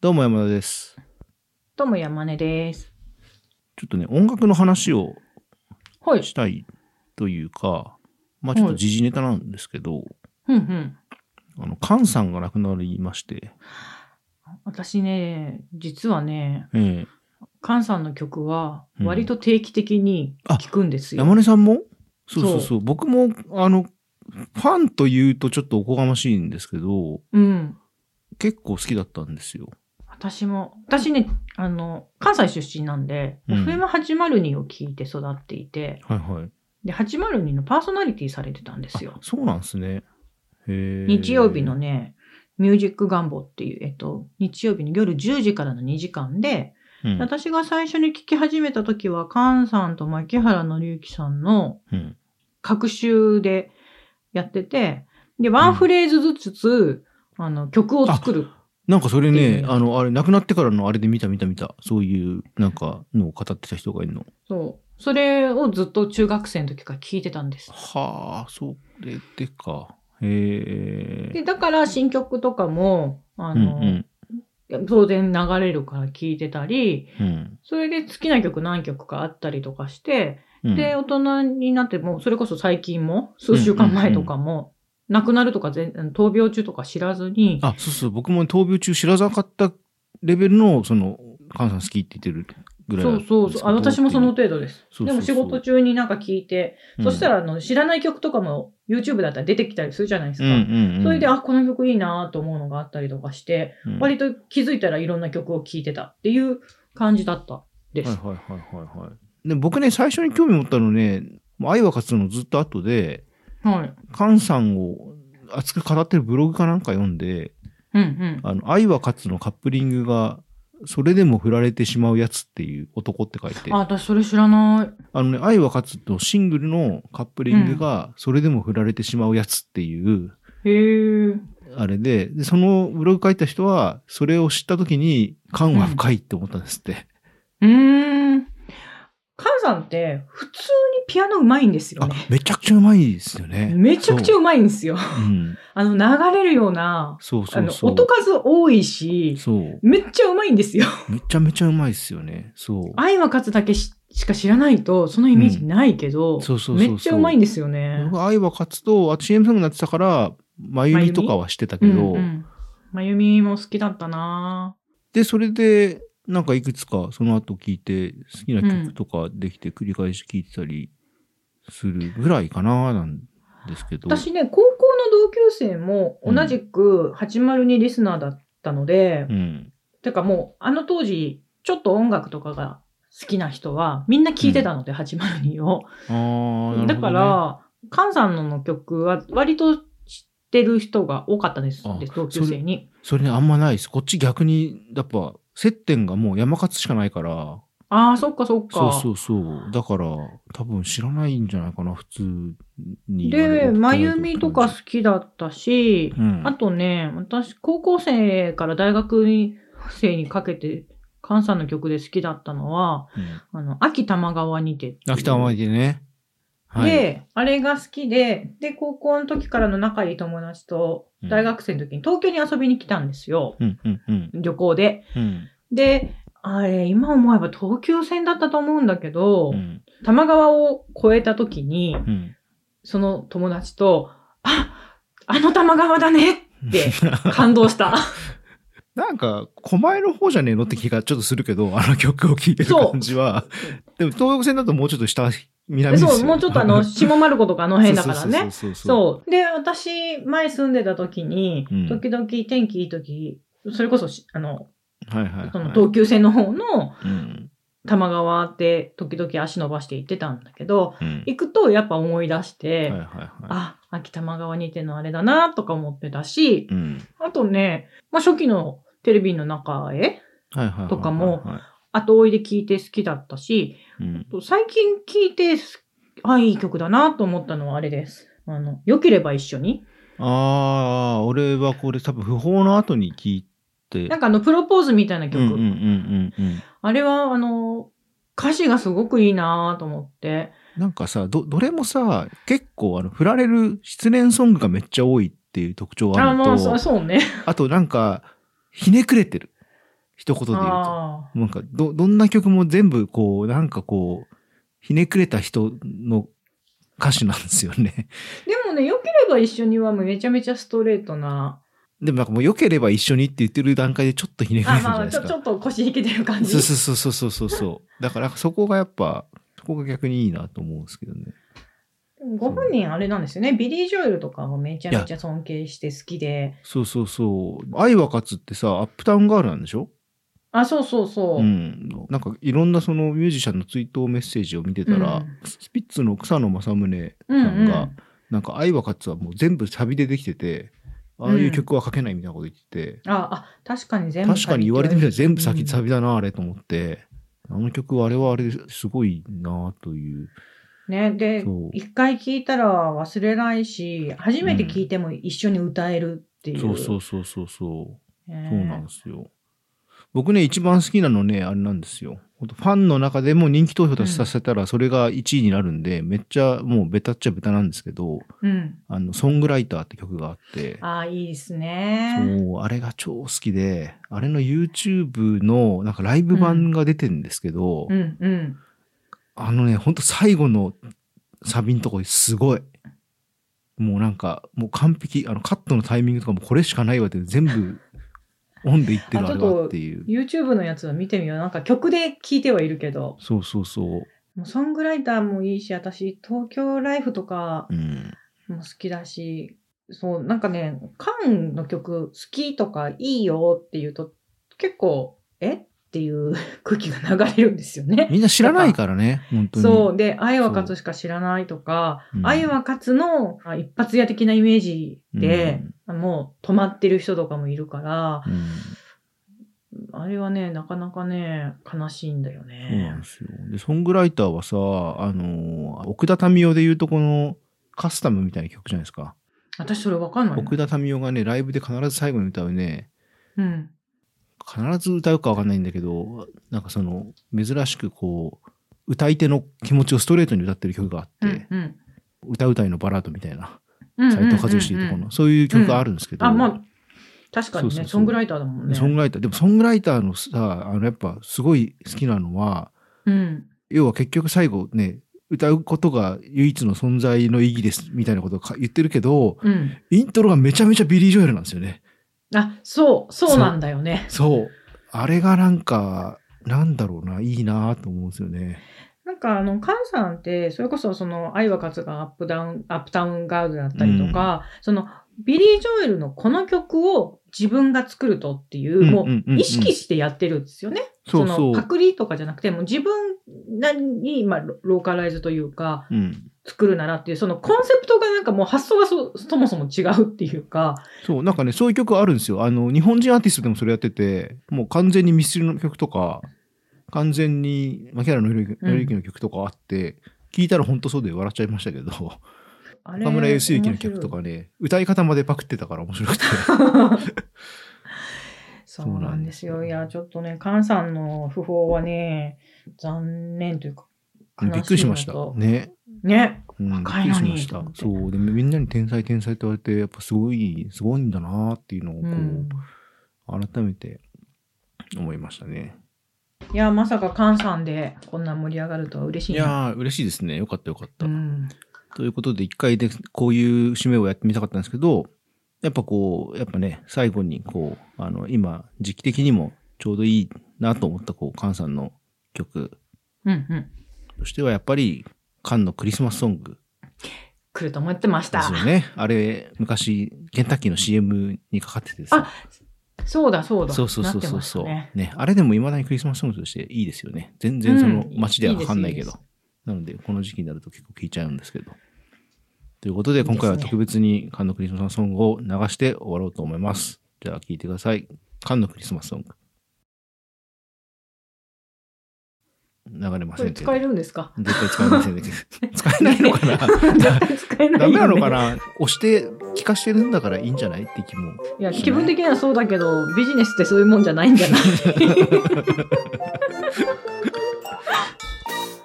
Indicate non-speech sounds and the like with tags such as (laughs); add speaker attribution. Speaker 1: どうも山田です。
Speaker 2: どうも山根です。
Speaker 1: ちょっとね、音楽の話を
Speaker 2: はい。
Speaker 1: したいというか、まあちょっと時事ネタなんですけど、
Speaker 2: うんうん。
Speaker 1: あの、カンさんが亡くなりまして、
Speaker 2: 私ね、実はね、
Speaker 1: ええ
Speaker 2: カンさんの曲は
Speaker 1: うん
Speaker 2: 割と定期的に聴くんですよ。
Speaker 1: 山根さんもそうそうそう
Speaker 2: そ
Speaker 1: 僕も、あの、ファンというとちょっとおこがましいんですけど、
Speaker 2: うん。
Speaker 1: 結構好きだったんですよ。
Speaker 2: 私も、私ね、あの、関西出身なんで、
Speaker 1: うん
Speaker 2: FM802 を聴いて育っていて、
Speaker 1: はいはい。
Speaker 2: で、802のパーソナリティされてたんですよ
Speaker 1: あ。そうなんですね。へえ
Speaker 2: 日曜日の。ね、ミュージック願望っていう、えっと、日曜日の夜10時からの2時間で、
Speaker 1: うん。
Speaker 2: 私が最初に聴き始めた時は、カンさんと牧原紀之さんの、
Speaker 1: うん
Speaker 2: 各週でやってて、で、ワンフレーズずつ、あの、曲を作る。
Speaker 1: なんかそれ
Speaker 2: ってい
Speaker 1: ね
Speaker 2: う、の
Speaker 1: あの、あれ、亡くなってからのあれで見た見た見た。そういう、なんか、のを語ってた人がいるの。
Speaker 2: そう。それをずっと中学生の時から聞いてたんです。
Speaker 1: はあ、それでか。へえ。
Speaker 2: で、だから新曲とかも、あ
Speaker 1: うんう
Speaker 2: の、
Speaker 1: ん
Speaker 2: 当然流れるから聞いてたり、
Speaker 1: うん
Speaker 2: それで好きな曲何曲かあったりとかして、
Speaker 1: うん。
Speaker 2: で、大人になっても、それこそ最近も、数週間前とかも、亡くなるとか全、闘病中とか知らずに、
Speaker 1: あ、そうそう、僕も闘病中知らなかったレベルの、その、菅さん好きって言ってるぐらい
Speaker 2: そ
Speaker 1: なん
Speaker 2: う
Speaker 1: ですけ
Speaker 2: そ
Speaker 1: ど
Speaker 2: うそうあ。私もその、程度です。
Speaker 1: そうそうそう
Speaker 2: でも仕事中になんか聞いて、そした
Speaker 1: ら、
Speaker 2: らあの知らない曲とかも YouTube だったら出てきたりするじゃないです
Speaker 1: う
Speaker 2: か。
Speaker 1: んうんうん、
Speaker 2: それで、あ、この曲いいなと思うのがあったりとかして、
Speaker 1: うん、
Speaker 2: 割と気づいたらいろんな曲を聴いてたっていう感じだったです。
Speaker 1: はいはいはいはいはい。で、僕ね、最初に興味持ったのね、もう愛は勝つのずっと後で、
Speaker 2: はい。
Speaker 1: 菅さんを熱く語ってるブログかなんか読んで、
Speaker 2: うんうん。
Speaker 1: あの、愛は勝つのカップリングが、それでも振られてしまうやつっていう男って書いて
Speaker 2: あ、。私それ知らない。
Speaker 1: あのね、愛は勝つとシングルのカップリングが、それでも振られてしまうやつっていう、
Speaker 2: へえ。
Speaker 1: あれで、でそのブログ書いた人は、それを知った時に、感は深いって思ったんですって。
Speaker 2: うーん。カンさんって普通にピアノうまいんですよ
Speaker 1: あ
Speaker 2: ね。、
Speaker 1: めちゃくちゃうまいですよね。
Speaker 2: めちゃくちゃうまいんですよ。
Speaker 1: そう。うん。
Speaker 2: あの流れるような、
Speaker 1: そう
Speaker 2: あ
Speaker 1: そう
Speaker 2: の
Speaker 1: そう。
Speaker 2: 音数多いし、
Speaker 1: そう。
Speaker 2: めっちゃうまいんですよ。
Speaker 1: めちゃめちゃうまいですよね。そう。
Speaker 2: 愛は勝つだけししか知らないと、そのイメージないけど、
Speaker 1: んそうそうそうそう
Speaker 2: めっちゃうまいんですよね。
Speaker 1: 僕、愛は勝つと、あ CM ソングになってたから、まゆみとかはしてたけど、
Speaker 2: うんうん、まゆみも好きだったな
Speaker 1: で、それで、なんかいくつかその後聴いて、好きな曲とかできて繰り返し聴いてたりするぐらいかな、なんですけど。
Speaker 2: 私ね、高校の同級生も同じく802リスナーだったので、
Speaker 1: うん。
Speaker 2: てかもうあの当時、ちょっと音楽とかが好きな人はみんな聞いてたので、802を。
Speaker 1: ああ、なるほど、ね。
Speaker 2: だか、ら、菅さんの曲は割と知ってる人が多かったです
Speaker 1: あ、
Speaker 2: 同級生に。
Speaker 1: それね、あんまないです。こっち逆に、やっぱ、接点がもう山勝しかないから、
Speaker 2: ああ、そっかそっか。
Speaker 1: そうそうそう。だから、多分知らないんじゃないかな、普通に。あれ
Speaker 2: で、まゆみとか好、きだったし、
Speaker 1: うん。
Speaker 2: あとね、私、高校生から大学生にかけて、菅さんの曲で好きだったのは、
Speaker 1: うん
Speaker 2: あの、秋玉川にてっていう。
Speaker 1: 秋田甘いでね。はい。
Speaker 2: で、あれが好きで、で、高校の時からの仲いい友達と、
Speaker 1: うん
Speaker 2: 大学生の時に東京に遊びに来たんですよ。
Speaker 1: うんうんうん。
Speaker 2: 旅行で。
Speaker 1: うん。
Speaker 2: で、あれ、今思えば東急線だったと思うんだけど、
Speaker 1: うん。
Speaker 2: 多摩川を越えた時に、
Speaker 1: うん。
Speaker 2: その友達と、あ、あの玉川だね
Speaker 1: (laughs)
Speaker 2: って感動した。
Speaker 1: なんか、狛江の方じゃねえのって気がちょっとするけど、あの曲を聴いてる感じは。でも、東横線だともうちょっと下、南ですよ
Speaker 2: そう、もうちょっと
Speaker 1: (laughs)
Speaker 2: あの、下丸子とかあの辺だからね。
Speaker 1: そうそう
Speaker 2: そう。で、私、前住んでた時に
Speaker 1: うん、
Speaker 2: 時々天気いい時、それこそし、あの、
Speaker 1: そう。はいはい、はい。
Speaker 2: その東急線の方の
Speaker 1: うん。
Speaker 2: 多摩川って時々足伸ばして行ってたんだけど、
Speaker 1: うん。
Speaker 2: 行くとやっぱ思い出し
Speaker 1: はい
Speaker 2: て、
Speaker 1: はいは
Speaker 2: あ、秋多摩川にてのあれだなとか思ってたし
Speaker 1: い。、うん。
Speaker 2: あとね、まあ、初期のテレビの中へ、
Speaker 1: はいはいはいはい。
Speaker 2: とかも
Speaker 1: は
Speaker 2: 後追いで聴いて好きだったし、
Speaker 1: い、うん。
Speaker 2: 最近聴いてす、あ、いい曲だなと思ったのはあれです。あの、良ければ一緒に。
Speaker 1: ああ、俺はこれ多分不法の後に聴いて。
Speaker 2: なんかあの、プロポーズみたいな曲。
Speaker 1: うんうんうんうんうん。
Speaker 2: あれは、あの、歌詞がすごくいいなと思って。
Speaker 1: なんかさ、ど、どれもさ、結構あの、振られる失恋ソングがめっちゃ多いっていう特徴があ
Speaker 2: あ、
Speaker 1: るの
Speaker 2: ま
Speaker 1: と、
Speaker 2: あ、そそうね。
Speaker 1: あとなんか、ひねくれてる。一言で言うと。
Speaker 2: あ
Speaker 1: なんか、ど、どんな曲も全部こう、なんかこう、ひねくれた人の歌手なんですよね。 (laughs)
Speaker 2: ーでもね、良ければ一緒にはもうめちゃめちゃストレートな。
Speaker 1: でもなんかもう良ければ一緒にって言ってる段階でちょっとひねくれ
Speaker 2: あ、
Speaker 1: てるじゃ
Speaker 2: ま
Speaker 1: ないで
Speaker 2: あ、ち
Speaker 1: す
Speaker 2: ょ、
Speaker 1: か。
Speaker 2: ちょっと腰引けてる感じ。
Speaker 1: そうそうそうそうそうそう。だからそこがやっぱ、そこが逆にいいなと思うんですけどね。
Speaker 2: でもご本人あれなんですよね。ビリー・ジョエルとかもめちゃめちゃ尊敬して好きで。
Speaker 1: そうそうそう。愛は勝つってさ、アップタウンガールなんでしょ
Speaker 2: あ、そうそうそう。
Speaker 1: うん。なんかいろんなそのミュージシャンの追悼メッセージを見てたら、
Speaker 2: うん
Speaker 1: スピッツの草野正宗
Speaker 2: うん
Speaker 1: さんが、
Speaker 2: うん
Speaker 1: なんか愛は勝つはもう全部サビでできてて、ああいう曲は書けないみたいなこと言ってて、
Speaker 2: あ、あ、確かに全部
Speaker 1: 確かに言われてみたら全部先サ
Speaker 2: うん
Speaker 1: ビだな、あれと思って、あの曲はあれはあれですごいなという。
Speaker 2: ね、で
Speaker 1: そう、
Speaker 2: 一回聴いたら忘れないし、初めて聴いても一緒に歌えるっていう。
Speaker 1: そうそうそうそうそう。
Speaker 2: ね
Speaker 1: そうなんですよ。僕ね、一番好きなのね、あれなんですよ。ほんとファンの中でも人気投票させたら、それが1位になるんで、めっちゃ、もうベタっちゃベタなんですけど、
Speaker 2: うん。
Speaker 1: あの、ソングライターって曲があって、
Speaker 2: あーいいですね。
Speaker 1: そう、あれが超好きで、あれの YouTube の、なんかライブ版が出てんですけど、
Speaker 2: うんうん。
Speaker 1: あのね、ほんと最後のサビのとこすごい。もうなんか、もう完璧、あの、カットのタイミングとかもこれしかないわって、全部、オンでいってるあ
Speaker 2: あちょ
Speaker 1: れ
Speaker 2: っと
Speaker 1: はっていう。
Speaker 2: YouTube のやつは見てみよう。なんか曲で聴いてはいるけど、
Speaker 1: そうそうそう。
Speaker 2: もうソングライターもいいし、私、東京ライフとか
Speaker 1: うん。
Speaker 2: も好きだし、そう、なんかね、カンの曲好きとかいいよって言うと、結構、えっていう空気が流れるんですよね。
Speaker 1: みんな知らないからね、本当に。
Speaker 2: そう。で、愛は勝つしか知らないとか、
Speaker 1: うん
Speaker 2: 愛は勝つのあ一発屋的なイメージで、もう止まってる人とかもいるから、
Speaker 1: うん。
Speaker 2: あれはね、なかなかね、悲しいんだよ
Speaker 1: そうな
Speaker 2: ね
Speaker 1: ん。ですよ。で、ソングライターはさ、あのー、奥田民生で言うとこの、カスタムみたいな曲じゃないですか。
Speaker 2: 私それわかんない。
Speaker 1: 奥田民生がね、ライブで必ず最後に歌うね、
Speaker 2: うん。
Speaker 1: 必ず歌うかわかんないんだけど、なんかその、珍しくこう、歌い手の気持ちをストレートに歌ってる曲があって、
Speaker 2: うんうん
Speaker 1: 歌うたいのバラードみたいな、
Speaker 2: うんうん
Speaker 1: 斎藤和義とかの、そういう曲があるんですけど、
Speaker 2: あ、まあ、確かにね、
Speaker 1: そうそうそう
Speaker 2: ソングライターだもんね。
Speaker 1: ソングライター、でもソングライターのさ、あのやっぱすごい好きなのは、
Speaker 2: うん。
Speaker 1: 要は結局最後ね、歌うことが唯一の存在の意義ですみたいなことをか言ってるけど、
Speaker 2: うん。
Speaker 1: イントロがめちゃめちゃビリー・ジョエルなんですよね。
Speaker 2: あ、そう、そうなんだよね。
Speaker 1: そう。あれがなんか、なんだろうな、いいなと思うんですよね。
Speaker 2: なんかあの、カンさんって、それこそその、愛は勝つがアップダウン、アップタウンガールだったりとか、その、ビリー・ジョエルのこの曲を自分が作るとっていう、も
Speaker 1: んんん
Speaker 2: う、
Speaker 1: ん
Speaker 2: 意識してやってるんですよね。
Speaker 1: そうそう
Speaker 2: の、。パクリとかじゃなくて、もう自分なりに、まあ、ロローカライズというか、
Speaker 1: うん、
Speaker 2: 作るならっていう、そのコンセプトがなんかもう発想がそ、そもそも違うっていうか、
Speaker 1: そう、なんかね、そういう曲あるんですよ。あの、日本人アーティストでもそれやってて、もう完全にミスチルの曲とか、完全に牧原紀之紀之の曲とかあって、聞いたら本当そうで笑っちゃいましたけど、
Speaker 2: あれ
Speaker 1: 岡村義行の曲とかね、歌い方までパクってたから面白
Speaker 2: (laughs)
Speaker 1: くて。
Speaker 2: そう
Speaker 1: そ
Speaker 2: なんです
Speaker 1: う
Speaker 2: よ。
Speaker 1: なんですよ
Speaker 2: いや、ちょっとね、菅さんの訃報はね、残念というか、悲い
Speaker 1: びっくりしました
Speaker 2: なと。
Speaker 1: ね。
Speaker 2: ね。
Speaker 1: うん、びっ
Speaker 2: 若
Speaker 1: く
Speaker 2: い
Speaker 1: り
Speaker 2: の
Speaker 1: し
Speaker 2: に
Speaker 1: ました
Speaker 2: と思っ。て
Speaker 1: そう。で、みんなに天才天才って言われて、やっぱすごい、すごいんだなっていうのを、こ
Speaker 2: う
Speaker 1: う、
Speaker 2: ん。
Speaker 1: 改めて思いましたね。
Speaker 2: いや、まさか菅さんでこんな盛り上がるとは嬉し
Speaker 1: い
Speaker 2: いな。
Speaker 1: やー、嬉しいですね。よかったよかった。
Speaker 2: うん。
Speaker 1: ということで、一回でこういう締めをやってみたかったんですけど、やっぱこう、やっぱね、最後にこう、あの、今、時期的にもちょうどいいなと思った、こう、カンさんの曲
Speaker 2: うんうん。
Speaker 1: としては、やっぱり、カンのクリスマスソング
Speaker 2: 来ると思ってまし
Speaker 1: で
Speaker 2: た。
Speaker 1: すよね。あれ、昔、ケンタッキーの CM にかかっててさ
Speaker 2: あ。そうだそうだ。
Speaker 1: そうそうそうそうそう、
Speaker 2: なってましたね
Speaker 1: ね。あれでも未だにクリスマスソングとしていいですよね。全然その
Speaker 2: うん
Speaker 1: 街ではかかんないけど。
Speaker 2: いいですい
Speaker 1: なので、この時期になると結構聴いちゃうんですけど。ということで、今回は特別にカンのクリスマスソングを流して終わろうと思います。じゃあ聴いてください。カンのクリスマスソング。流れま
Speaker 2: こ
Speaker 1: せ
Speaker 2: れ
Speaker 1: んけど
Speaker 2: 使え。るんですか (laughs)
Speaker 1: 絶対使えませんけど。使えないのかな (laughs)
Speaker 2: 使えな
Speaker 1: ダ
Speaker 2: いよ、
Speaker 1: メな
Speaker 2: ね。
Speaker 1: のかな押して、聞かしてるんだからいいんじゃないって気も。
Speaker 2: いや、気分的にはそうだけど、ビジネスってそういうもんじゃないんじゃない
Speaker 1: 「